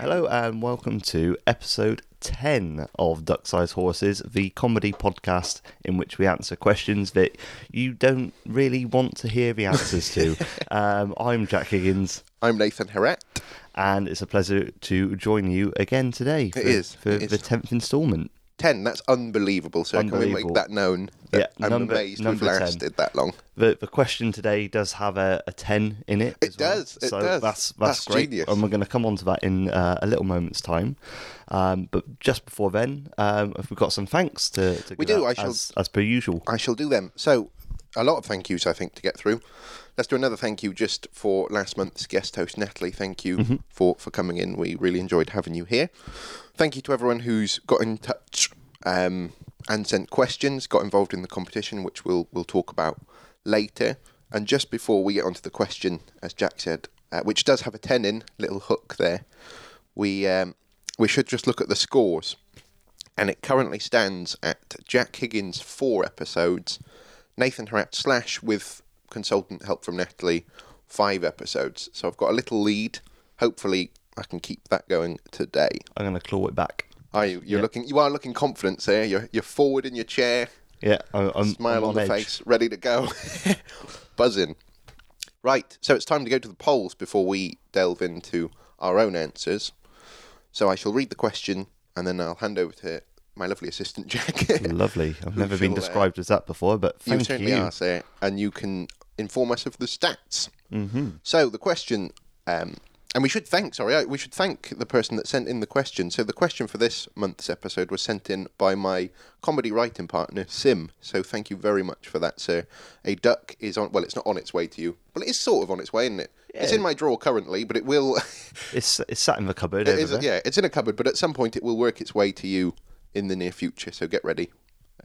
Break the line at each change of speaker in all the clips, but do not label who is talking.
Hello and welcome to episode 10 of Duck Size Horses, the comedy podcast in which we answer questions that you don't really want to hear the answers to. um, I'm Jack Higgins,
I'm Nathan Herrett.
and it's a pleasure to join you again today. For,
is,
For
it is.
the 10th instalment.
10, that's unbelievable, sir. Can we
Unbelievable.
make that known? That
Yeah,
I'm
number-
amazed
number
we've
10.
lasted that long.
The, the question today does have a, a 10 in it.
It
as well.
does, it
so
does.
That's, that's,
That's
great.
genius.
And we're going to come on to that in uh, a little moment's time. Um, but just before then, um, we've got some thanks to, to
We
give
do,
out
I shall-
as, as per usual.
I shall do them. So, a lot of thank yous, I think, to get through. Let's do another thank you just for last month's guest host, Natalie. Thank you for, for coming in. We really enjoyed having you here. Thank you to everyone who's got in touch um, and sent questions, got involved in the competition, which we'll, we'll talk about later. And just before we get onto the question, as Jack said, uh, which does have a 10 in, little hook there, we, um, we should just look at the scores and it currently stands at Jack Higgins four episodes, Nathan Harrat slash with consultant help from Natalie five episodes. So I've got a little lead. Hopefully, I can keep that going today.
I'm going to claw it back.
Are you? You're looking. You are looking confident there. You're you're forward in your chair,
Yeah, I, I'm
smile
I'm
on the
edge.
face, ready to go, buzzing. Right. So it's time to go to the polls before we delve into our own answers. So I shall read the question and then I'll hand over to my lovely assistant Jack.
Lovely. I've never been
shall, uh,
described as that before, but
you
thank you.
certainly are, sir, and you can inform us of the stats. Mm-hmm. So the question, um, and we should thank, sorry, I- we should thank the person that sent in the question. So the question for this month's episode was sent in by my comedy writing partner, Sim. So thank you very much for that, sir. A duck is on, well, it's not on its way to you, but it is sort of on its way, isn't it? It's in my drawer currently, but it will.
It's, it's sat in the cupboard
It
over
is-
there.
yeah, it's in a cupboard, but at some point it will work its way to you in the near future. So get ready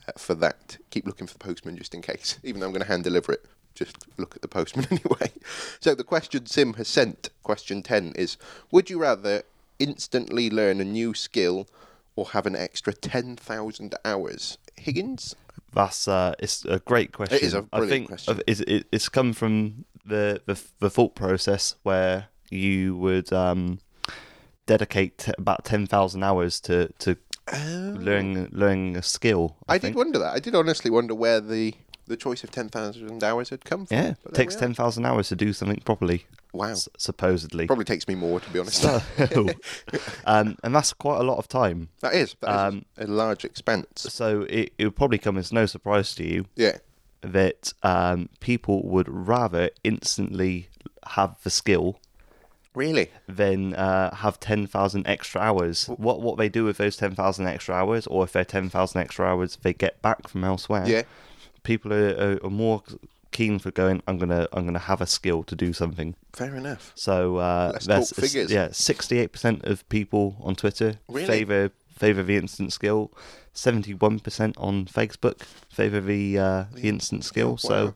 uh, for that. Keep looking for the postman just in case. Even though I'm going to hand deliver it, just look at the postman anyway. So the question Sim has sent, question 10, is Would you rather instantly learn a new skill or have an extra 10,000 hours? Higgins?
That's uh, it's a great question.
is a
I
brilliant
think
question.
of- It's, it, it's come from the, the the thought process where you would um, dedicate t- about ten thousand hours to to learning learning a skill. I,
Oh. I, did
think.
wonder that. I did honestly wonder where the, the choice of 10,000 hours had come from.
Yeah,
but
it
there
takes
we are.
ten thousand hours to do something properly.
Wow.
s- supposedly.
Probably takes me more, to be honest.
So, um, and that's quite a lot of time.
That is, that is a large expense.
So it, it would probably come as no surprise to you
Yeah.
that um, people would rather instantly have the skill
Really?
than uh, have 10,000 extra hours. What what they do with those 10,000 extra hours, or if they're 10,000 extra hours they get back from elsewhere,
Yeah.
people are, are, are more keen for going, I'm going to I'm gonna have a skill to do something.
Fair enough.
So uh,
Let's
that's-
talk figures.
Yeah, 68% of people on Twitter
Really?
favour favour the instant skill. 71% on Facebook favour the, uh, the instant skill. So
Wow.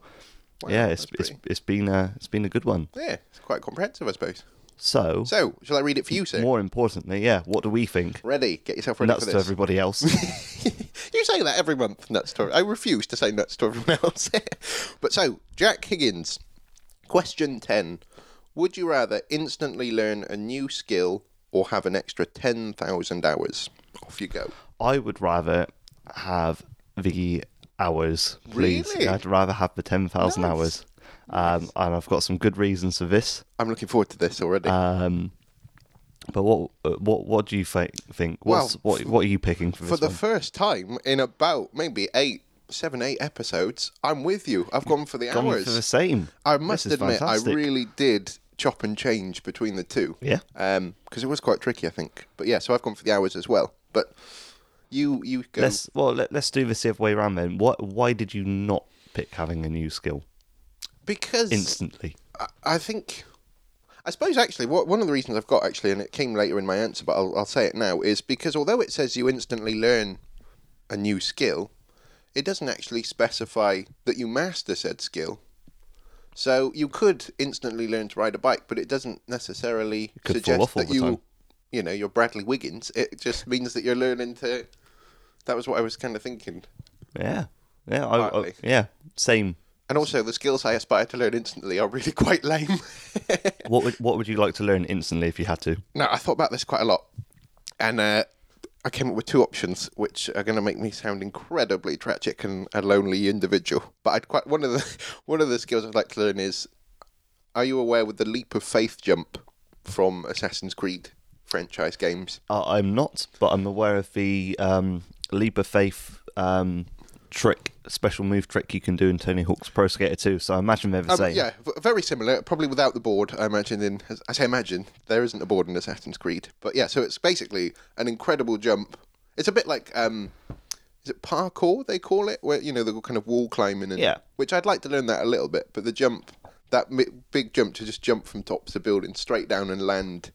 Wow,
yeah, it's,
that's
it's,
pretty-
it's been a it's been a good one.
Yeah, it's quite comprehensive, I suppose.
So,
So, shall I read it for you, sir?
more importantly, yeah, what do we think?
Ready? Get yourself ready
Nuts
for
to
this.
everybody else.
you say that every month, nuts to. I refuse to say nuts to everyone else. but so, Jack Higgins, question ten: Would you rather instantly learn a new skill or have an extra ten thousand hours? Off you go.
I would rather have the hours, please.
Really?
I'd rather have the 10,000
Nice.
hours. Um, and I've got some good reasons for this.
I'm looking forward to this already.
Um, but what uh, what what do you thi- think? What's,
Well,
what what are you picking for this
for the
one?
first time in about maybe eight, seven, eight episodes, I'm with you. I've gone for the
Gone
hours.
for the same.
I
This
must
is
admit, I
fantastic.
really did chop and change between the two.
Yeah.
Because it was quite tricky, I think. But yeah, so I've gone for the hours as well. But you, you go.
Let's well let, let's do this the other way around then. What why did you not pick having a new skill
because
instantly?
I, I think, I suppose actually, what one of the reasons I've got actually, and it came later in my answer, but I'll, I'll say it now, is because although it says you instantly learn a new skill, it doesn't actually specify that you master said skill. So you could instantly learn to ride a bike, but it doesn't necessarily
could fall
suggest
off all
that
the
you,
time.
you know, you're Bradley Wiggins. It just means that you're learning to. That was what I was kind of thinking.
Yeah, yeah, I, I,
Partly.
yeah. Same
And also, the skills I aspire to learn instantly are really quite lame.
What would what would you like to learn instantly if you had to?
now, I thought about this quite a lot, and uh, I came up with two options, which are going to make me sound incredibly tragic and a lonely individual. But I'd quite one of the one of the skills I'd like to learn is: Are you aware with the leap of faith jump from Assassin's Creed franchise games?
Uh, I'm not, but I'm aware of the um, leap of faith um, trick, special move trick you can do in Tony Hawk's Pro Skater 2. So I imagine they're the
Um,
same.
yeah, v- very similar. Probably without the board, I imagine. In as I say, imagine there isn't a board in Assassin's Creed, but yeah. So it's basically an incredible jump. It's a bit like, um, is it parkour they call it, where you know the kind of wall climbing and
Yeah.
Which I'd like to learn that a little bit, but the jump, that mi- big jump to just jump from tops of building straight down and land,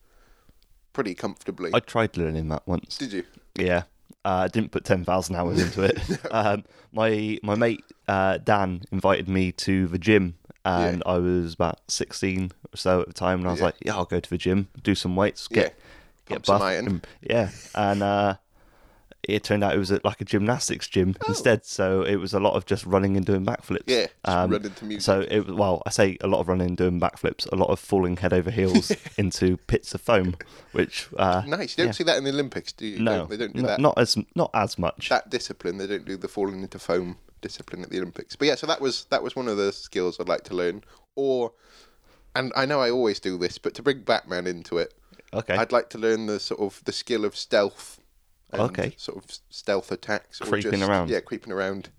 pretty comfortably.
I tried learning that once.
Did you?
Yeah. Uh, I didn't put 10,000 hours into it. um, my my mate uh, Dan invited me to the gym, and I was about 16 or so at the time, and I was
Yeah.
like, yeah, I'll go to the gym, do some weights, get,
Yeah. Pump
get
some
buff.
iron.
and- yeah. And uh, it turned out it was at, like a gymnastics gym instead, so it was a lot of just running and doing backflips.
Oh.
Um,
Yeah, just running to music.
So it was- well, I say a lot of running and doing backflips, a lot of falling head over heels into pits of foam, which uh,
Nice. You don't
yeah.
see that in the Olympics, do you?
No,
Don't- they don't do
no-
that.
Not as not as much.
that discipline. They don't do the falling into foam discipline at the Olympics. But yeah, so that was that was one of the skills I'd like to learn. Or, and I know I always do this, but to bring Batman into it,
okay,
I'd like to learn the sort of the skill of stealth. and
Okay.
Sort of stealth attacks. or
Creeping
just-
around.
Yeah, creeping around,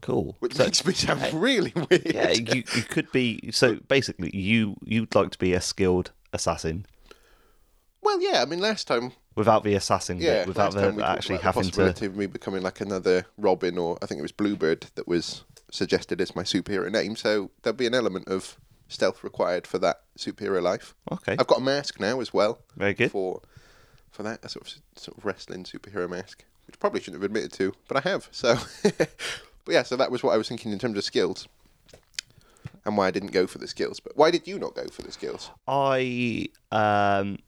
cool.
which
So,
makes me sound really weird.
yeah, you, you could be. So basically, you you'd like to be a skilled assassin
Well, yeah. I mean, last time,
without the assassin
yeah,
bit, without
last time
the,
we talked
actually
about the
having
possibility
to.
of me becoming like another Robin, or I think it was Bluebird that was suggested as my superhero name. So there'll be an element of stealth required for that superhero life.
Okay,
I've got a mask now as well.
Very good.
For for that a sort of sort of wrestling superhero mask, which I probably shouldn't have admitted to, but I have. So, but yeah, so that was what I was thinking in terms of skills, and why I didn't go for the skills. But why did you not go for the skills?
I um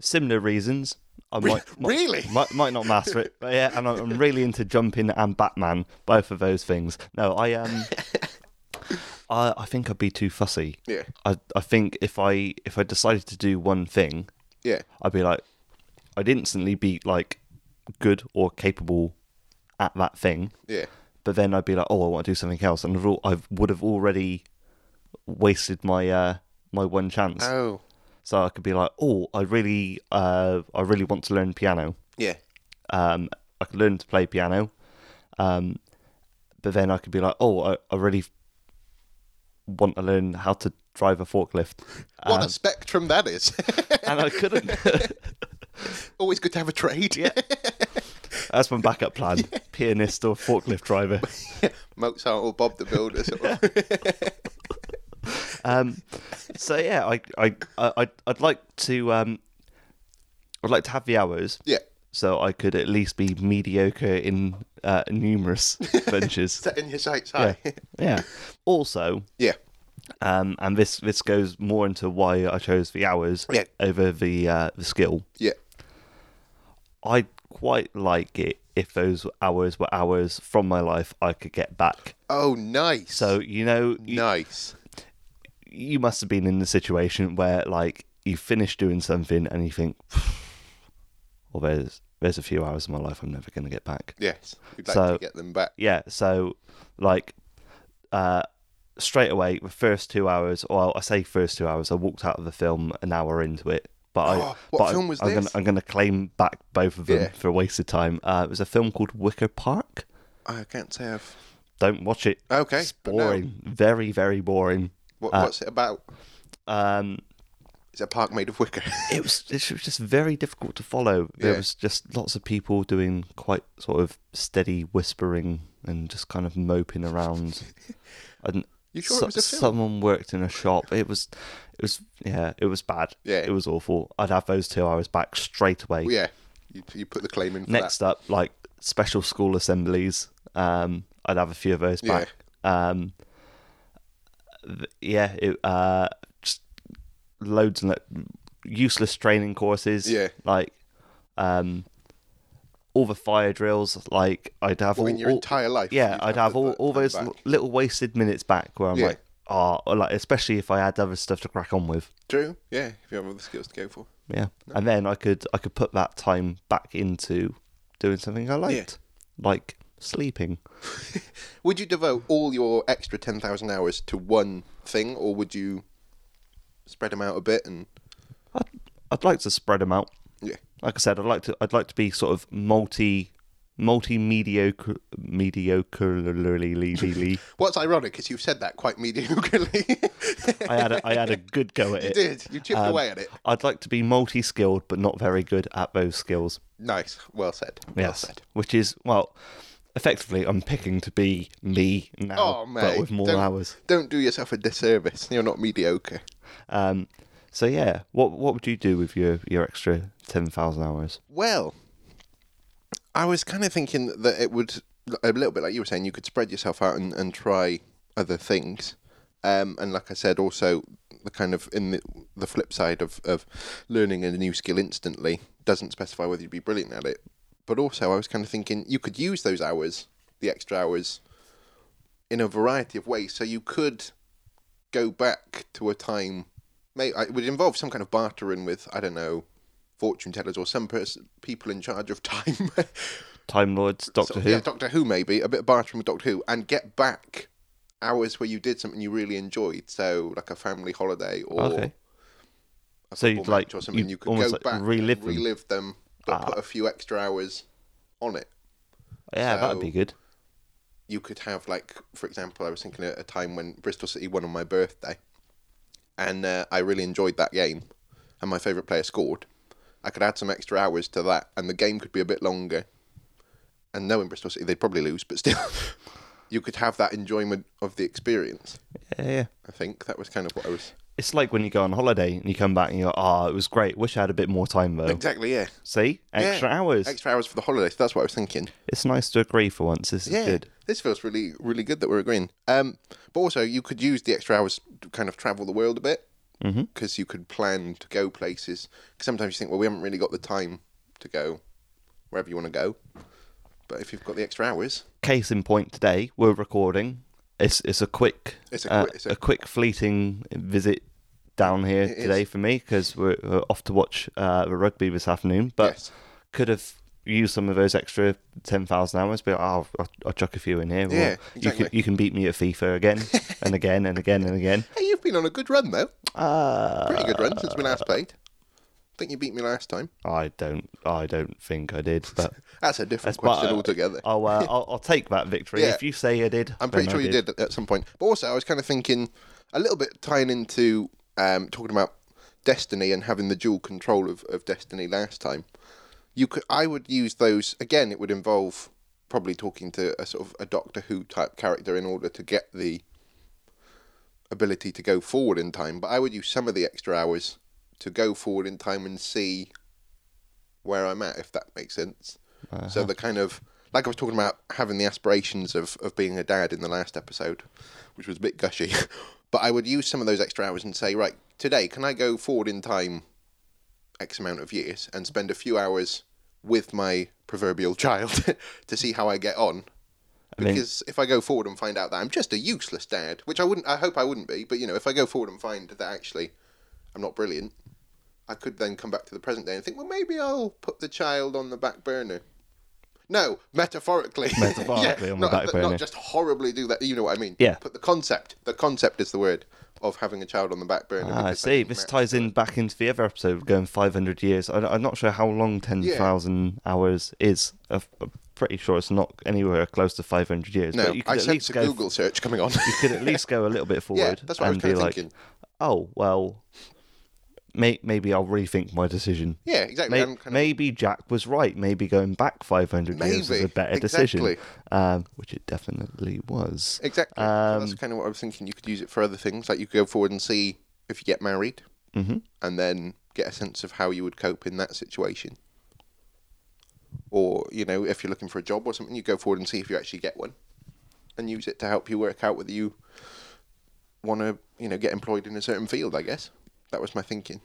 similar reasons. I might, might-
really?
might, might not master it, but yeah, and I'm- I'm really into jumping and Batman, both of those things. No, I um, I I think I'd be too fussy.
Yeah.
I I think if I if I decided to do one thing,
Yeah,
I'd be like, I'd instantly be like good or capable at that thing.
yeah,
But then I'd be like, oh, I want to do something else, and I've al- I would have already wasted my uh, my one chance.
oh,
so I could be like, oh, I really uh, I really want to learn piano.
yeah,
Um, I could learn to play piano, um, but then I could be like, oh, I, I really want to learn how to drive a forklift, Uh,
what
Um,
a spectrum that is.
and I couldn't.
Always good to have a trade.
Yeah. That's my backup plan. Pianist or forklift driver.
Mozart or Bob the Builder. Sort of.
Um, so yeah, I I I I'd- I'd like to um, I'd like to have the hours
Yeah,
so I could at least be mediocre in uh, numerous ventures.
setting your sights
yeah.
high. Yeah.
yeah. Also,
yeah,
um, and this this goes more into why I chose the hours
Yeah.
over the uh, the skill. I quite like it if those hours were hours from my life I could get back.
Oh, nice.
So you know, you-
nice.
you must have been in the situation where like you finish doing something and you think, well, there's there's a few hours of my life I'm never going to get back.
Yes, we'd like to
So-
get them back.
Yeah, so like uh, straight away the first two hours. Well, I say first two hours. I walked out of the film an hour into it. But I,
Oh, what
but I-
film was
I'm
this?
Gonna, I'm going to claim back both of them
Yeah.
for wasted time. Uh, it was a film called Wicker Park.
I can't say I've.
Don't watch it.
Oh, Okay,
it's
but no.
boring. Uh, Very, very boring.
What, what's it about?
Um,
Is it a park made of wicker?
it was it was just very difficult to follow. There
Yeah.
was just lots of people doing quite sort of steady whispering and just kind of moping around. And
You sure it was a film?
someone worked in a shop. It was, it was yeah, it was bad.
Yeah.
it was awful. I'd have those two hours back straight away.
Well, yeah, you, you put the claim in for
Next up, like special school assemblies. Um, I'd have a few of those
Yeah.
back. Um, th- yeah, it, uh, just loads and lo- useless training courses.
Yeah.
like um, all the fire drills. Like I'd have all
in your
all-
entire life,
Yeah,
you'd
I'd
have
have
the-
all,
the-
all
the
those
back.
little wasted minutes back where I'm
Yeah.
like, ah, or like especially if I had other stuff to crack on with.
True. Yeah, if you have other skills to go for.
Yeah, and then I could I could put that time back into doing something I liked, like sleeping.
Would you devote all your extra 10,000 hours to one thing, or would you spread them out a bit and.
I'd, I'd like to spread them out.
Yeah.
Like I said, I'd like to I'd like to be sort of multi multi mediocre mediocrely.
What's ironic is you've said that quite mediocrely.
I had a, I had a good go at
you
it.
did. You chipped
Um,
away at it.
I'd like to be multi skilled, but not very good at those skills.
Nice. Well said. Well
Yes,
said.
which is well, effectively, I'm picking to be me now,
Oh, mate.
but with more
don't,
hours.
Don't do yourself a disservice. You're not mediocre.
Um, so yeah, what what would you do with your your extra ten thousand hours?
Well, I was kind of thinking that it would a little bit like you were saying. You could spread yourself out and, and try other things, um, and like I said, also the kind of in the, the flip side of of learning a new skill instantly doesn't specify whether you'd be brilliant at it. But also, I was kind of thinking you could use those hours, the extra hours, in a variety of ways. So you could go back to a time. May I- it would involve some kind of bartering with I don't know fortune tellers or some pers- people in charge of time.
Time Lords, Doctor
So,
Who.
yeah, Doctor Who maybe a bit of bartering with Doctor Who and get back hours where you did something you really enjoyed. So like a family holiday or
Okay.
a
So you'd
football match
like-
or something.
you'd
You could
almost
go
like
back and
relive them. Ah.
relive them, but put a few extra hours on it.
yeah, that'd be
so-
good.
you could have like for example i was thinking at a time when bristol city won on my birthday and uh, i really enjoyed that game and my favourite player scored i could add some extra hours to that and the game could be a bit longer and knowing bristol city they'd probably lose but still you could have that enjoyment of the experience
Yeah, yeah.
i think that was kind of what i was
It's like when you go on holiday and you come back and you're, ah, it was great. Wish I had a bit more time though.
exactly yeah
See, extra
Yeah.
hours.
extra hours for the holiday so that's what i was thinking
It's nice to agree for once. This is
Yeah,
good.
this feels really, really good that we're agreeing. Um, but also, you could use the extra hours to kind of travel the world a bit because you could plan to go places. 'Cause sometimes you think, well, we haven't really got the time to go wherever you want to go. But if you've got the extra hours,
Case in point, today we're recording. It's it's a quick
It's a
uh,
quick- it's a-
quick fleeting visit down here today for me because we're, we're off to watch uh, the rugby this afternoon. But
Yes.
could have used some of those extra ten thousand hours. But I'll, I'll I'll chuck a few in here. or
Yeah,
you can
exactly.
you can beat me at FIFA again and again and again and again.
hey, you've been on a good run though,
Uh,
pretty good run since we last played. I think you beat me last time.
I don't I don't think I did, but.
That's a different
but,
question
uh,
altogether.
I'll, uh, I'll I'll take that victory
Yeah.
if you say I did. then
I'm pretty
I
sure you did. at some point. But also, I was kind of thinking a little bit tying into um, talking about Destiny and having the dual control of, of Destiny last time. You could, I would use those again. It would involve probably talking to a sort of a Doctor Who type character in order to get the ability to go forward in time. But I would use some of the extra hours to go forward in time and see where I'm at, if that makes sense. So the kind of like I was talking about having the aspirations of, of being a dad in the last episode, which was a bit gushy. but I would use some of those extra hours and say, right, today can I go forward in time X amount of years and spend a few hours with my proverbial child to see how I get on.
mean-
Because if I go forward and find out that I'm just a useless dad, which I wouldn't, I hope I wouldn't be, but you know, if I go forward and find that actually I'm not brilliant, I could then come back to the present day and think, well, maybe I'll put the child on the back burner. No, metaphorically.
Metaphorically on the
not,
back
not
burner.
just horribly do that. You know what I mean?
Yeah.
But the concept, the concept is the word of having a child on the back burner.
Ah, I
because that
see.
can
This
match
ties in back into the other episode, going 500 years. I, am not sure how long 10,000 hours is. I'm I'm pretty sure it's not anywhere close to 500 years.
No,
but you could
I
at
sense
least
a
go.
Google search coming on.
You could at least go a little bit forward
yeah, that's what I was
and be
kind of
like,
thinking.
oh well, may, maybe I'll rethink my decision.
Yeah, exactly.
May,
I'm kind of-
maybe Jack was right. Maybe going back 500 years was
Maybe,
a better decision,
exactly.
um, which it definitely was.
exactly. So
um,
that's kind of what I was thinking. You could use it for other things, like you could go forward and see if you get married, mm-hmm. and then get a sense of how you would cope in that situation. Or you know, if you're looking for a job or something, you go forward and see if you actually get one, and use it to help you work out whether you want to, you know, get employed in a certain field. I guess that was my thinking.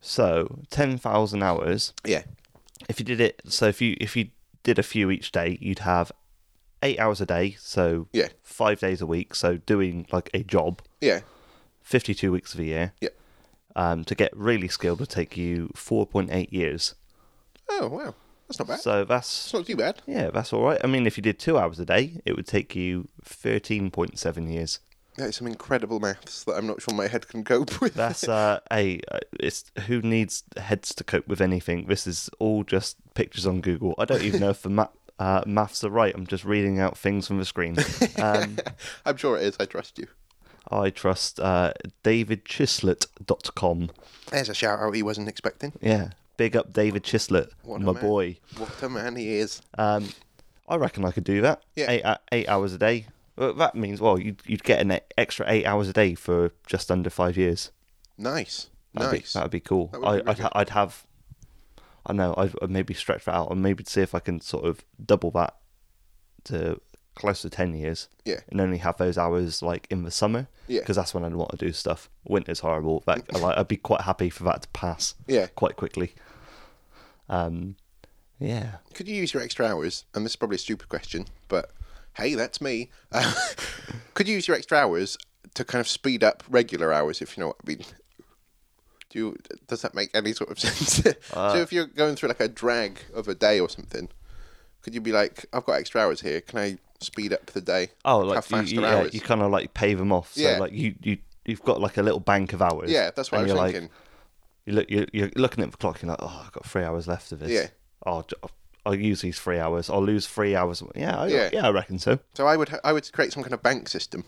So 10,000 hours.
Yeah,
if you did it so if you if you did a few each day, you'd have eight hours a day, so
Yeah.
five days a week, so doing like a job,
Yeah.
52 weeks of a year.
Yeah.
Um, to get really skilled would take you 4.8 years.
Oh wow, that's not bad.
So that's
It's not too bad.
Yeah, that's all right. I mean, if you did two hours a day, it would take you 13.7 years.
That is some incredible maths that I'm not sure my head can cope with.
That's uh, a it's who needs heads to cope with anything. This is all just pictures on Google. I don't even know if the ma- uh, maths are right. I'm just reading out things from the screen. Um,
I'm sure it is. I trust you.
I trust uh, DavidChislett.com.
There's a shout out he wasn't expecting.
Yeah, big up David Chislett,
What a
my
man.
boy.
What a man he is.
Um, I reckon I could do that.
Yeah.
Eight, uh, eight hours a day. Well, that means, well, you'd, you'd get an e- extra eight hours a day for just under five years.
Nice.
That'd
nice.
Be, that'd be cool.
That would
I,
be really
I'd, ha- I'd have, I know, I'd, I'd maybe stretch that out and maybe see if I can sort of double that to close to 10 years
Yeah.
and only have those hours like in the summer.
Yeah.
Because that's when I'd want to do stuff. Winter's horrible. That, I like, I'd be quite happy for that to pass
Yeah.
quite quickly. Um, yeah.
Could you use your extra hours? And this is probably a stupid question, but hey, that's me. Uh, could you use your extra hours to kind of speed up regular hours, if you know what I mean? Do you, does that make any sort of sense?
Uh.
so if you're going through like a drag of a day or something, could you be like, I've got extra hours here. Can I speed up the day?
Oh,
Have
like you,
faster
you, yeah,
hours.
you kind of like pay them off. So
Yeah.
like you you you've got like a little bank of hours.
Yeah, that's what
and
I was
you're
thinking.
Like, you look you're, you're looking at the clock. You're like, oh, I've got three hours left of this.
Yeah.
Oh, j- I'll, I'll use these three hours. I'll lose three hours. Yeah. I,
Yeah.
yeah. I reckon so.
So I would ha- I would create some kind of bank system,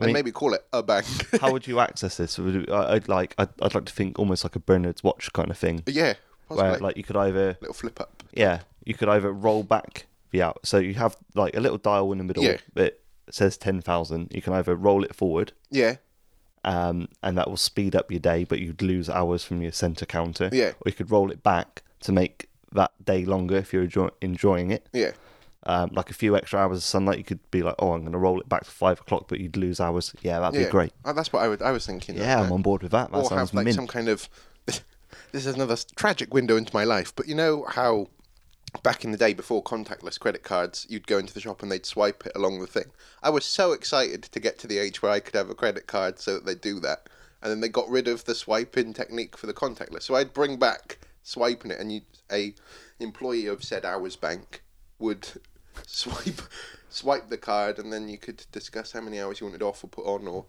and
mean-
maybe call it a bank.
How would you access this? Would it- I, would like I'd, I'd like to think almost like a Bernard's watch kind of thing,
yeah, possibly
where like you could either
little flip up.
yeah you could either roll back the out. So you have like a little dial in the middle
Yeah.
that says ten thousand. You can either roll it forward.
Yeah,
um, and that will speed up your day, but you'd lose hours from your center counter.
Yeah.
Or you could roll it back to make that day longer if you're enjoy- enjoying it.
yeah,
Um, like a few extra hours of sunlight, you could be like, oh, I'm going to roll it back to five o'clock, but you'd lose hours. Yeah, that'd
yeah.
be great.
Oh, that's what I would I was thinking.
Yeah, I'm on board with that. That
or
sounds
have like
mint.
some kind of this is another s- tragic window into my life. But you know how back in the day before contactless credit cards, you'd go into the shop and they'd swipe it along the thing. I was so excited to get to the age where I could have a credit card so that they do that. And then they got rid of the swiping technique for the contactless. So I'd bring back swiping it, and you, a employee of said hours bank would swipe swipe the card, and then you could discuss how many hours you wanted off or put on, or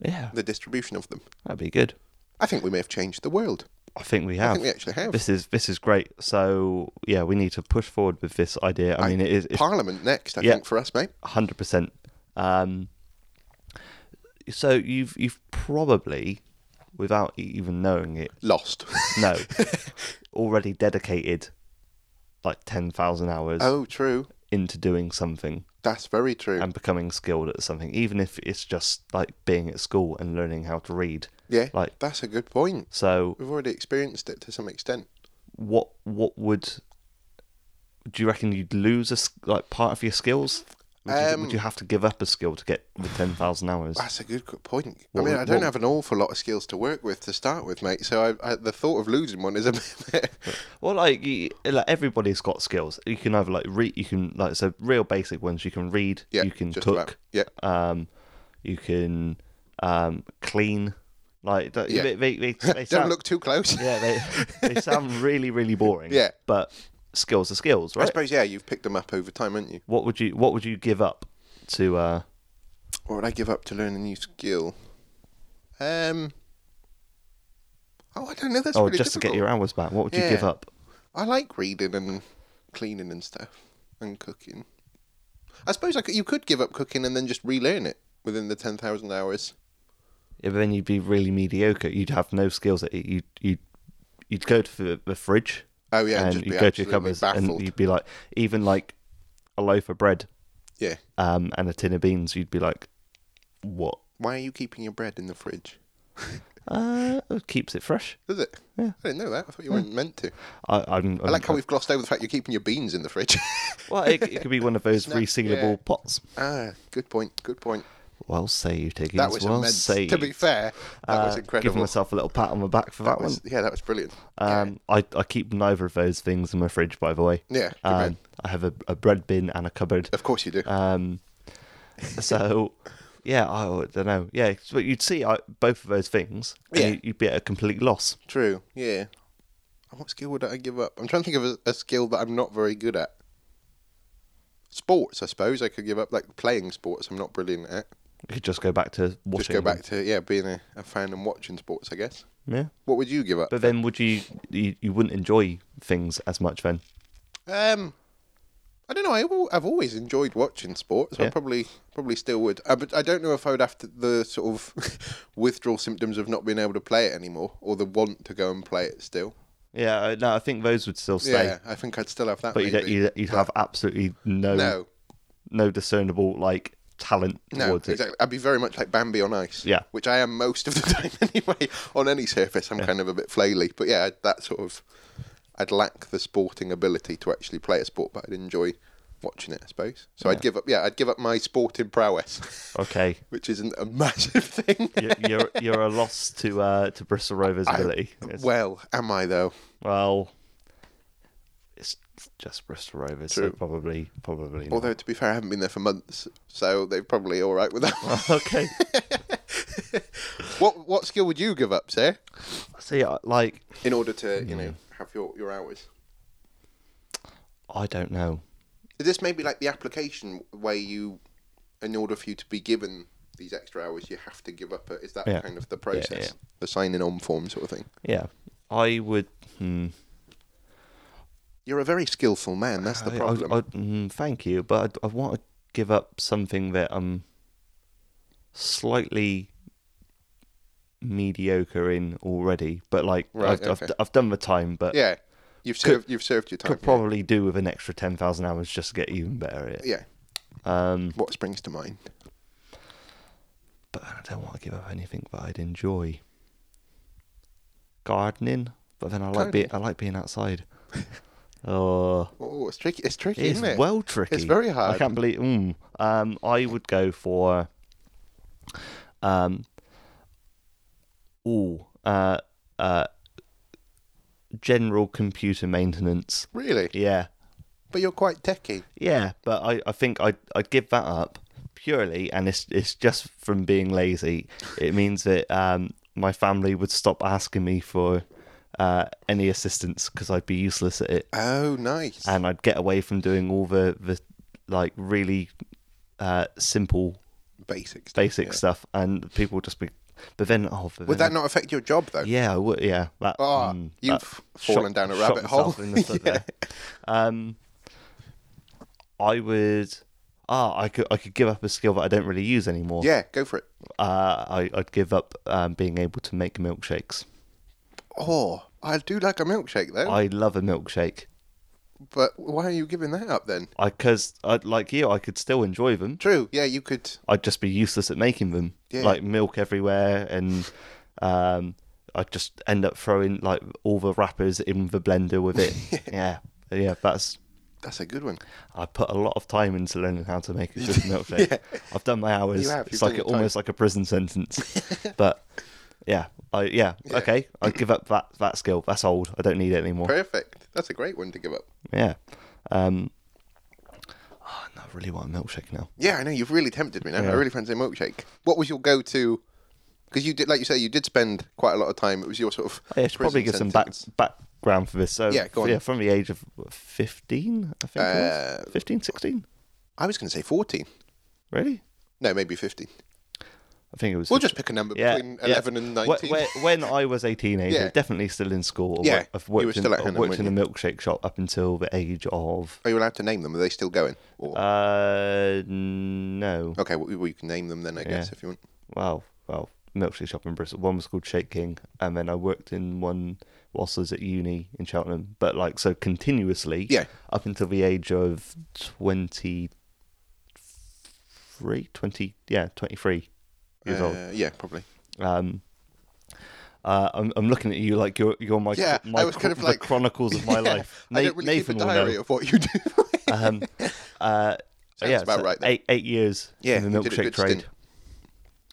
Yeah,
the distribution of them.
that'd be good.
I think we may have changed the world.
I think we have.
we actually have.
This is this is great. So yeah, we need to push forward with this idea. I, mean, it is it's
Parliament next, I
Yeah.
think, for us, mate.
hundred percent. Um, so you've you've probably, without e- even knowing it,
Lost.
no, already dedicated like ten thousand hours
oh, true.
into doing something
That's very true.
and becoming skilled at something, even if it's just like being at school and learning how to read.
yeah,
like-
that's a good point.
So
We've already experienced it to some extent.
what what would do you reckon you'd lose a s like part of your skills? Would you,
Um,
would you have to give up a skill to get the ten thousand hours?
That's a good co- point.
What
I mean,
would-
I don't
what-
have an awful lot of skills to work with to start with, mate. So I, I, the thought of losing one is a bit.
Well, like, you, like everybody's got skills. You can either like read, you can like so real basic ones. You can read,
yeah,
you can
just
cook,
about. Yeah,
um, you can um clean. Like th-
Yeah.
they, they, they, they
don't
sound,
look too close.
yeah, they they sound really really boring.
Yeah.
but skills are skills,
I
right?
suppose yeah, you've picked them up over time, haven't you?
What would you What would you give up to? uh
What would I give up to learn a new skill? Um. Oh, I don't know. That's
Oh,
really
just to get
difficult.
your hours back. What would you give
Yeah.
up?
I like reading and cleaning and stuff and cooking. I suppose I could, you could give up cooking and then just relearn it within the 10,000 hours.
Yeah, but then you'd be really mediocre. You'd have no skills. That you you you'd go to the, the fridge.
Oh, yeah, and
and
just
you
be
go to your
absolutely
cupboards
baffled.
and you'd be like, even like a loaf of bread
Yeah.
um, and a tin of beans, you'd be like, what?
Why are you keeping your bread in the fridge?
Uh, it keeps it fresh.
Does it?
Yeah.
I didn't know that. I thought you weren't meant to.
I, I'm,
I like how we've glossed over the fact you're keeping your beans in the fridge.
well, it, it could be one of those
Snack,
resealable
yeah.
pots.
ah, good point. Good point.
Well saved, Higgins.
That was
well
immense.
saved.
To be fair, that was
Uh,
incredible.
Giving myself a little pat on the back for that,
That was-
one.
yeah, that was brilliant.
Um, I, I keep neither of those things in my fridge, by the way.
Yeah, good man.
Um, I have a, a bread bin and a cupboard.
Of course you do.
Um, so, yeah, I don't know. Yeah, but you'd see I, both of those things, and
Yeah.
you- you'd be at a complete loss.
True. Yeah. And What skill would I give up? I'm trying to think of a, a skill that I'm not very good at. Sports, I suppose I could give up. Like playing sports, I'm not brilliant at.
You could just go back to watching.
Just go
them.
back to yeah, being a, a fan and watching sports. I guess.
Yeah,
What would you give up?
but then would you, you you wouldn't enjoy things as much then?
Um, I don't know. I, al- I've always enjoyed watching sports. I
Yeah.
probably probably still would. I, but I don't know if I would have to, the sort of withdrawal symptoms of not being able to play it anymore, or the want to go and play it still.
Yeah, I- no, I think those would still stay.
Yeah, I think I'd still have that.
But you'd,
maybe.
you'd, you'd have absolutely no, no
no,
discernible like talent
No,
towards it.
exactly. I'd be very much like Bambi on ice.
Yeah.
Which I am most of the time anyway. On any surface, I'm kind of a bit flaily. But yeah, I'd- that sort of. I'd lack the sporting ability to actually play a sport, but I'd enjoy watching it, I suppose. So I'd give up. Yeah, I'd give up my sporting prowess,
Okay,
which isn't a massive thing.
you're you're, you're a loss to uh, to Bristol Rovers' ability. It's-
Well, am I though?
well, it's just Bristol Rovers, so
True.
probably probably. Not.
Although to be fair, I haven't been there for months, so they're probably all right with that.
okay.
what What skill would you give up, sir,
See, I- like
in order to
Hmm.
you know have your your hours?
I don't know.
Is this maybe like the application where you, in order for you to be given these extra hours, you have to give up? A, is that
Yeah.
kind of the
Yeah, yeah,
process, the signing on form sort of thing?
Yeah, I would. Hmm,
You're a very skillful man. That's the
I- I-
problem.
I- mm, thank you, but I, I want to give up something that I'm slightly mediocre in already. But like,
Right,
I've,
okay.
I've, I've done the time, but
yeah, you've served. you've served your time.
could probably do with an extra ten thousand hours just to get even better at it.
yeah.
Um,
What springs to mind?
but I don't want to give up anything that I'd enjoy. Gardening, but then I like being I like being outside. Oh.
Oh, it's tricky. It's tricky,
It's
isn't it?
well tricky.
It's very hard.
I can't believe. Mm, um, I would go for. Um. Ooh. Uh. Uh. General computer maintenance.
really.
Yeah.
But you're quite techie.
Yeah, but I, I think I I give that up purely, and it's it's just from being lazy. It means that um my family would stop asking me for uh any assistance because I'd be useless at it
Oh, nice.
and I'd get away from doing all the the like really uh, simple
Basics.
basic stuff, and people would just be. But then, oh, but
Would
then
that not affect your job though?
yeah, I would, yeah. That,
Ah, you've fallen down a
shot
rabbit
myself
hole.
in the foot there. Um, I would. Ah, I could I could give up a skill that I don't really use anymore.
Yeah, go for it.
Uh, I I'd give up um, being able to make milkshakes.
Oh, I do like a milkshake though.
I love a milkshake.
But why are you giving that up then?
I because I like you, I could still enjoy them.
True. Yeah, you could.
I'd just be useless at making them.
Yeah.
Like milk everywhere, and um, I'd just end up throwing like all the wrappers in the blender with it. yeah, yeah. That's
That's a good one.
I put a lot of time into learning how to make a good milkshake. I've done my hours.
You have, you've
it's like
done
a,
your time.
almost like a prison sentence. but yeah, I yeah, okay. I give up that that skill. That's old. I don't need it anymore.
Perfect. That's a great one to give up.
Yeah. Um, oh, no, I really want a milkshake now.
Yeah, I know you've really tempted me now. I
Yeah.
really fancy a milkshake. What was your go-to? Because you did, like you say, you did spend quite a lot of time. It was your sort of.
Yeah, I should probably
prison
give some back,
sentence.
background for this. So,
Yeah, go on.
yeah, from the age of 15, I think. it
Uh,
was. 15, 16?
I was going to say fourteen.
Really?
No, maybe fifteen.
I think it was.
We'll just pick a number between eleven and
Wh-
nineteen.
wh- when I was a teenager,
Yeah.
definitely still in school. I
Yeah,
worked- I've
you were
worked,
still
in,
at
I've
Henham,
worked in
weren't
a milkshake shop up until the age of.
Are you allowed to name them? Are they still going? Or
Uh, no.
okay, well, we can name them then, I guess,
Yeah.
if you want.
Well, well, milkshake shop in Bristol. One was called Shake King, and then I worked in one whilst I was at uni in Cheltenham. But like so continuously,
Yeah.
up until the age of 23, 20, yeah, twenty three years old.
Uh, yeah, probably.
Um, uh, I'm, I'm looking at you like you're you're my
Yeah,
my
I was kind of
the
like-
chronicles of my
Yeah,
life.
I
Na-
don't really
Nathan
keep a
will
diary
know.
of what you do.
Um, uh,
Sounds
yeah,
about
so
right then.
Eight eight years
Yeah,
in
you
the
did a
milkshake
good
trade.
stint.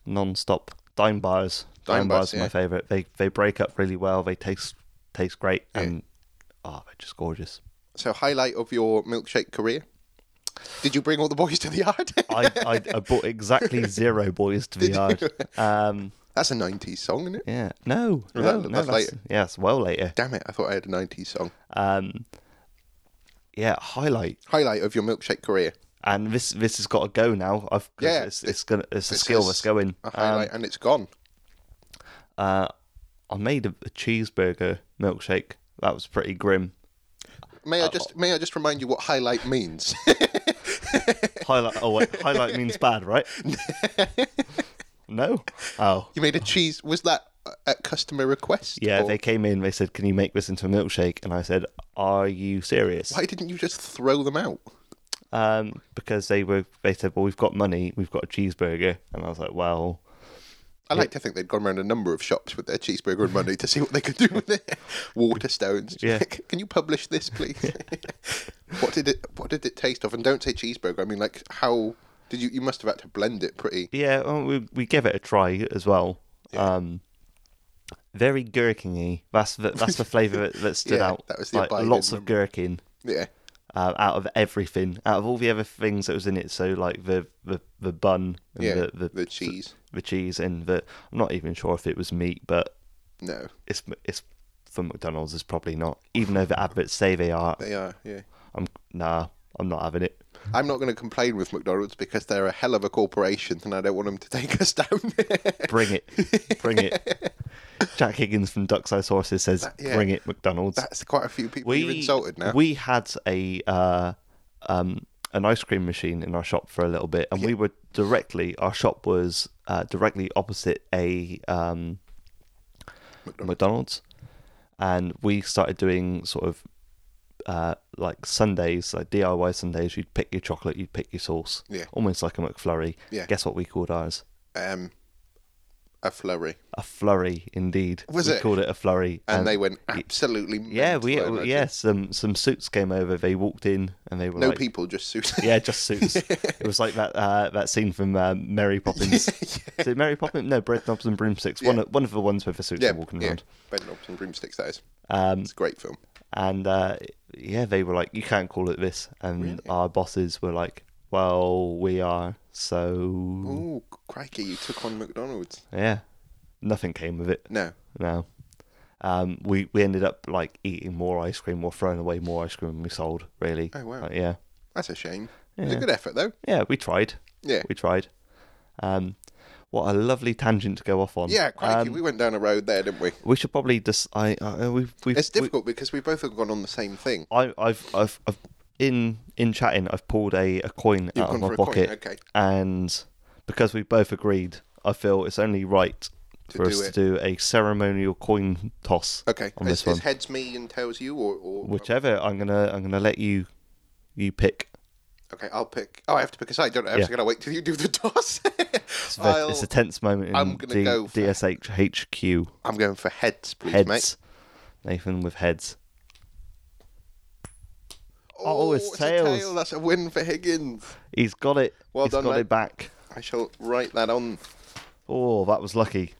non-stop dime bars. Dime,
Dime
bars,
bars,
are my
yeah.
favorite. They they break up really well. They taste taste great, and oh, they're just gorgeous.
So, highlight of your milkshake career? Did you bring all the boys to the yard?
I, I, I bought exactly zero boys to the yard. Um,
That's a 90s song, isn't it?
yeah, no, no,
Well, that-
no,
that's
that's-
later.
yeah, it's well later.
Damn it, I thought I had a 90s song.
Um, yeah, highlight,
Highlight of your milkshake career.
and this this has got to go now. I've 'cause
Yeah,
it's, it's gonna it's a
This
skill
is
that's going.
A
Um,
highlight, and it's gone.
uh, I made a, a cheeseburger milkshake. That was pretty grim.
May
Uh,
I just may I just remind you what highlight means?
Highlight. Oh wait, highlight means bad, right? no. Oh.
you made a cheese. Was that at customer request?
Yeah,
or-
they came in. They said, "Can you make this into a milkshake?" And I said, "Are you serious?"
Why didn't you just throw them out?
Um, because they were. They said, "Well, we've got money. We've got a cheeseburger." And I was like, "Well,
I like to think they'd gone around a number of shops with their cheeseburger and money to see what they could do with it. Waterstones.
Yeah.
Can you publish this, please? what did it What did it taste of? And don't say cheeseburger. I mean, like, how did you? You must have had to blend it pretty.
yeah, well, we we give it a try as well." Um, very gherkiny. That's the that's the flavour that, that stood
Yeah,
out.
that was the
like,
abiding
lots of gherkin.
Yeah.
uh, out of everything, out of all the other things that was in it. So like the the, the bun, and
Yeah.
the,
The,
the, the
cheese.
cheese, and the I'm not even sure if it was meat, but
No,
it's it's from McDonald's. It's probably not, even though the adverts say they are.
they are. Yeah.
I'm nah, I'm not having it.
I'm not going to complain with McDonald's because they're a hell of a corporation, and I don't want them to take us down.
Bring it, bring it. Jack Higgins from Duck's Eyes Horses says,
yeah.
"Bring it, McDonald's."
That's quite a few people
we
you've insulted now.
we had a uh, um, an ice cream machine in our shop for a little bit, and we were directly our shop was uh, directly opposite a um, McDonald's. and we started doing sort of uh, like Sundays, like DIY Sundays. You'd pick your chocolate, you'd pick your sauce,
Yeah.
almost like a McFlurry.
Yeah.
Guess what we called ours?
um, a flurry,
A flurry, indeed.
Was
we
it?
called it a flurry,
and they went absolutely.
yeah,
mental,
we
I imagine.
yeah some some suits came over. They walked in and they were
No
like,
people, just suits.
Yeah, just suits. it was like that uh, that scene from uh, Mary Poppins. Is it Mary Poppins? No, Bread Knobs and Broomsticks. One, of, one of the ones with the suits
yeah,
are walking
yeah.
around.
Bed knobs and broomsticks. That is.
Um,
It's a great film.
and uh, yeah, they were like, "You can't call it this," and our bosses were like, "Well, we are." So
Oh crikey! You took on McDonald's.
yeah, nothing came of it.
No,
No. Um, we we ended up like eating more ice cream or throwing away more ice cream than we sold. Really.
Oh, wow.
Like, yeah.
that's a shame. It's a
Yeah.
good effort though.
Yeah, we tried.
Yeah.
We tried. Um, what a lovely tangent to go off on.
Yeah, crikey,
Um,
we went down a road there, didn't we?
we should probably just. I. I we've. we've
It's difficult because we both have gone on the same thing.
We, I. I've. I've. I've in in chatting, I've pulled a, a coin out
gone
of my
for a coin,
pocket,
okay.
and because we both agreed, I feel it's only right for
do
us to
it.
do a ceremonial coin toss.
Okay,
on
is,
this one,
is heads me and tails you, or, or
whichever I'm gonna I'm gonna let you you pick.
okay, I'll pick. Oh, I have to pick a side. Don't I? I'm
Yeah.
just gonna wait till you do the toss.
It's, a-
I'll,
it's a tense moment in
I'm gonna
D-
go for-
DSHHQ.
I'm going for heads, please,
heads.
mate.
Nathan with heads. Oh, it's
a
tails.
tail. That's a win for Higgins.
He's got it.
Well
He's
done,
got
mate.
it back.
I shall write that on.
Oh, that was lucky.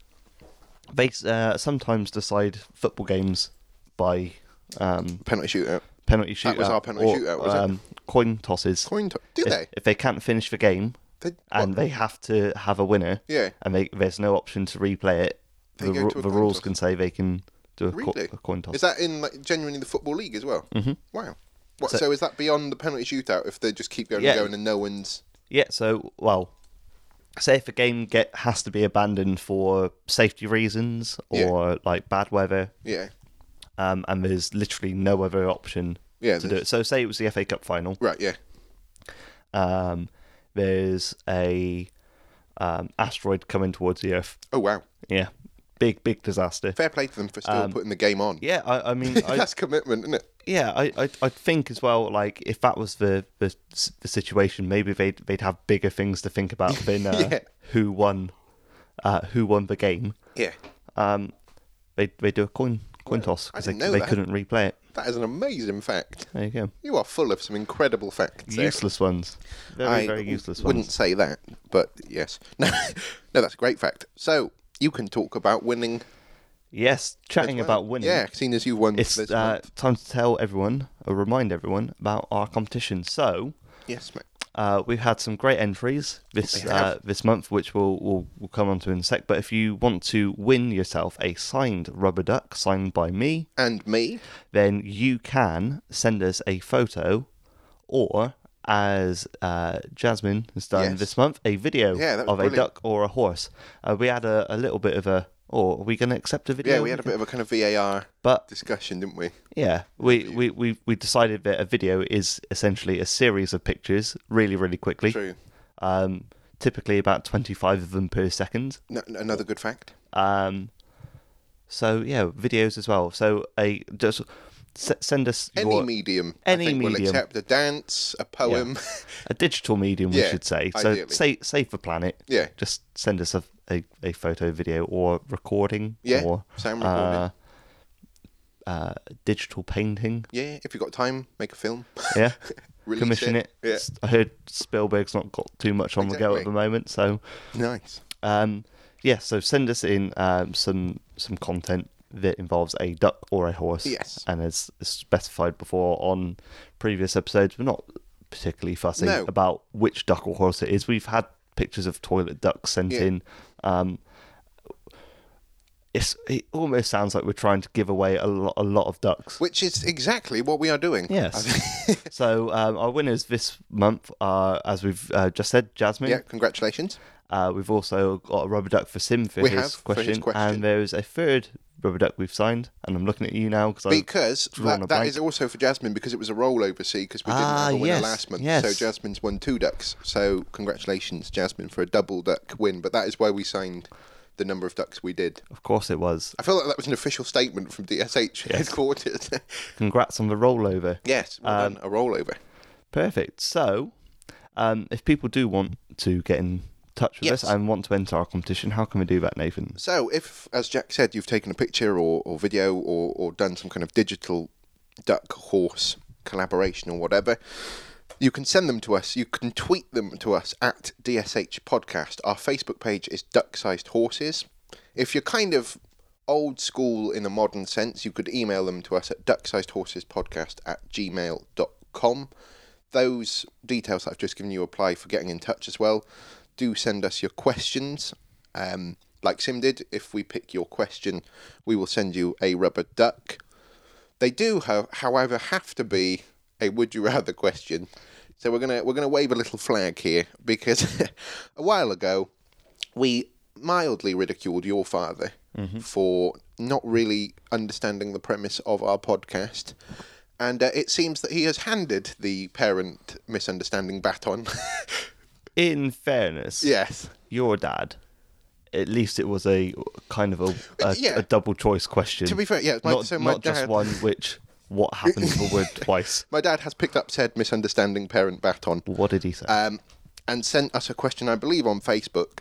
They uh, sometimes decide football games by um,
Penalty shootout.
penalty shootout.
That was our penalty
or, um,
shootout, was it?
Coin tosses.
Coin toss. Do
if,
they?
If they can't finish the game
They-
and they have to have a winner,
Yeah.
and they, there's no option to replay it,
They
the,
go
ru-
to a
the
coin
rules
toss.
can say they can do a, co-
Really?
a coin toss.
Is that in like genuinely the football league as well? Mm-hmm. Wow. What, so, is that beyond the penalty shootout if they just keep going
Yeah.
and going and no one's
Yeah, so well, say if a game get has to be abandoned for safety reasons
Yeah.
or like bad weather,
yeah
um, and there's literally no other option
Yeah,
to do
there's-
it. So say it was the FA Cup final.
right yeah
Um, there's a um, asteroid coming towards the Earth.
oh wow
Yeah, big big disaster.
fair play to them for still putting the game on
Um, Yeah, I, I mean, I,
that's commitment isn't it
yeah, I, I I think as well. Like if that was the the, s- the situation, maybe they'd they'd have bigger things to think about than uh,
Yeah.
who won, uh, who won the game.
yeah
Um, they they do a coin coin toss because they,
didn't know
they
that.
couldn't replay it.
that is an amazing fact
There you go.
you are full of some incredible facts there.
Useless ones. Very
I
very useless
wouldn't
ones.
say that but yes no No, that's a great fact. So you can talk about winning.
Yes, chatting
well.
about winning.
Yeah, seeing as you won
It's
this
uh,
month.
time to tell everyone or remind everyone about our competition. So,
Yes, mate.
Uh, we've had some great entries this
We have.
uh, this month, which we'll, we'll we'll come on to in a sec. But if you want to win yourself a signed rubber duck signed by me,
And me.
then you can send us a photo, or as uh, Jasmine has done
Yes.
this month, a video
Yeah, that was
of a
brilliant.
duck or a horse. Uh, we had a, a little bit of a. Or are we going to accept a video?
Yeah, we had a bit of a kind of VAR
But
discussion, didn't we?
yeah, we, we, we, we decided that a video is essentially a series of pictures, really, really quickly
True.
um, typically about 25 of them per second.
No, another good fact.
Um, so yeah, videos as well. So a just s- send us
Any
your,
medium.
any
I think We'll
medium.
accept a dance, a poem.
a digital medium, we
Yeah,
should say. So
ideally.
save save the planet.
Yeah.
Just send us a, a, a photo, video, or recording.
Yeah,
Or,
sound recording.
Uh, uh, digital painting.
Yeah. if you've got time, make a film.
Yeah.
Release
Commission
it.
it.
Yeah.
S- I heard Spielberg's not got too much on the go
Exactly.
at the moment, so
nice.
Um, yeah, so send us in um, some some content that involves a duck or a horse.
Yes.
And as specified before on previous episodes, we're not particularly fussy
No.
about which duck or horse it is. We've had pictures of toilet ducks sent
Yeah.
in. Um, it's, it almost sounds like we're trying to give away a, lo- a lot of ducks.
Which is exactly what we are doing.
Yes. so um, our winners this month are, as we've uh, just said, Jasmine.
yeah, congratulations.
Uh, we've also got a rubber duck for Sim for,
We
his,
have, for
question,
his question.
and there's a third rubber duck we've signed. And I'm looking at you now because I
Because
drawn a
that, that
blank.
is also for Jasmine because it was a rollover, see, because we didn't
Ah,
have a winner
yes,
last month.
yes.
So Jasmine's won two ducks. So congratulations, Jasmine, for a double duck win. But that is why we signed the number of ducks we did.
of course it was.
I feel like that was an official statement from DSH headquarters.
Congrats on the rollover.
yes, well
Um,
done. A rollover.
Perfect. So, um, if people do want to get in touch with
Yes.
us and want to enter our competition, how can we do that, Nathan?
So, if, as Jack said, you've taken a picture or, or video or, or done some kind of digital duck horse collaboration or whatever, you can send them to us. You can tweet them to us at DSH Podcast. Our Facebook page is Duck Sized Horses. If you're kind of old school in the modern sense, you could email them to us at ducksizedhorsespodcast at gmail.com. Those details that I've just given you apply for getting in touch as well. Do send us your questions. Um, like Sim did, if we pick your question, we will send you a rubber duck. They do, ho- however, have to be a would you rather question. So we're gonna we're gonna wave a little flag here because a while ago we mildly ridiculed your father for not really understanding the premise of our podcast. And uh, it seems that he has handed the parent misunderstanding baton.
In fairness,
yes.
your dad. At least it was a kind of a a,
Yeah.
a double choice question.
To be fair, yeah, my-
not,
so my
not just
dad-
one which what happened to the word twice.
My dad has picked up said misunderstanding parent baton
What did he say?
um, and sent us a question, I believe, on Facebook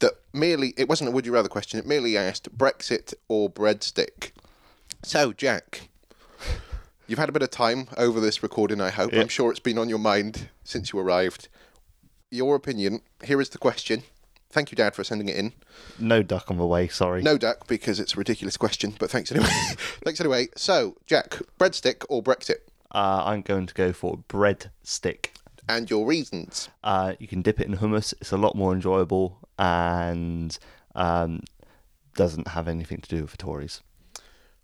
that merely it wasn't a would you rather question. It merely asked Brexit or breadstick. So, Jack, you've had a bit of time over this recording. I hope I'm sure it's been on your mind since you arrived. Your opinion. Here is the question. Thank you, Dad, for sending it in.
No duck on the way, sorry.
No duck because it's a ridiculous question, but thanks anyway. thanks anyway. So, Jack, breadstick or Brexit,
Uh, I'm going to go for bread stick.
and your reasons.
Uh, you can dip it in hummus. It's a lot more enjoyable and um, doesn't have anything to do with the Tories.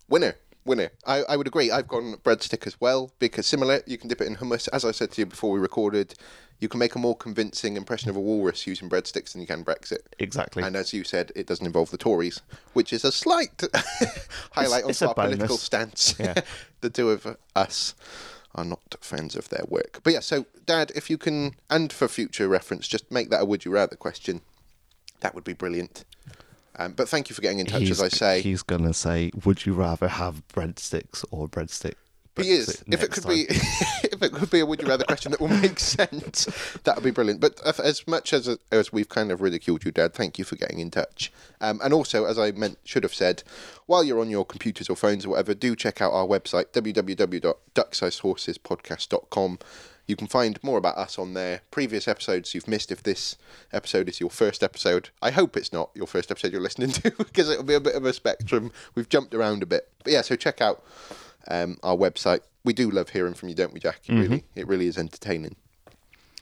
Winner, winner. I, I would agree. I've gone breadstick as well because similar. You can dip it in hummus, as I said to you before we recorded. You can make a more convincing impression of a walrus using breadsticks than you can Brexit.
Exactly.
And as you said, it doesn't involve the Tories, which is a slight highlight
It's- it's
of
a
our political
bonus.
stance.
Yeah.
the two of us are not fans of their work. But yeah, so Dad, if you can, and for future reference, just make that a would you rather question. That would be brilliant. Um, but thank you for getting in touch, as I say.
he's going to say, would you rather have breadsticks or breadstick?
He is.
Brexit
If it
next
could
time?
be, if it could be a would you rather question that will make sense, that would be brilliant. But if- as much as as we've kind of ridiculed you, Dad, thank you for getting in touch. Um, and also, as I meant, should have said, while you're on your computers or phones or whatever, do check out our website www.ducksizehorsespodcast.com. You can find more about us on their previous episodes you've missed if this episode is your first episode. I hope it's not your first episode you're listening to because it'll be a bit of a spectrum. We've jumped around a bit. But yeah, so check out um, our website. We do love hearing from you, don't we, Jack? It Really, it really is entertaining.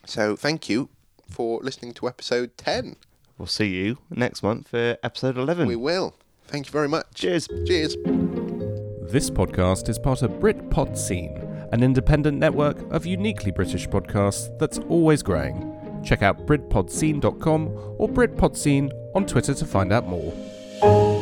So thank you for listening to episode 10.
We'll see you next month for episode 11.
We will. Thank you very much.
Cheers.
Cheers.
This podcast is part of Britpod Scene, an independent network of uniquely British podcasts that's always growing. Check out BritpodScene.com or BritpodScene on Twitter to find out more.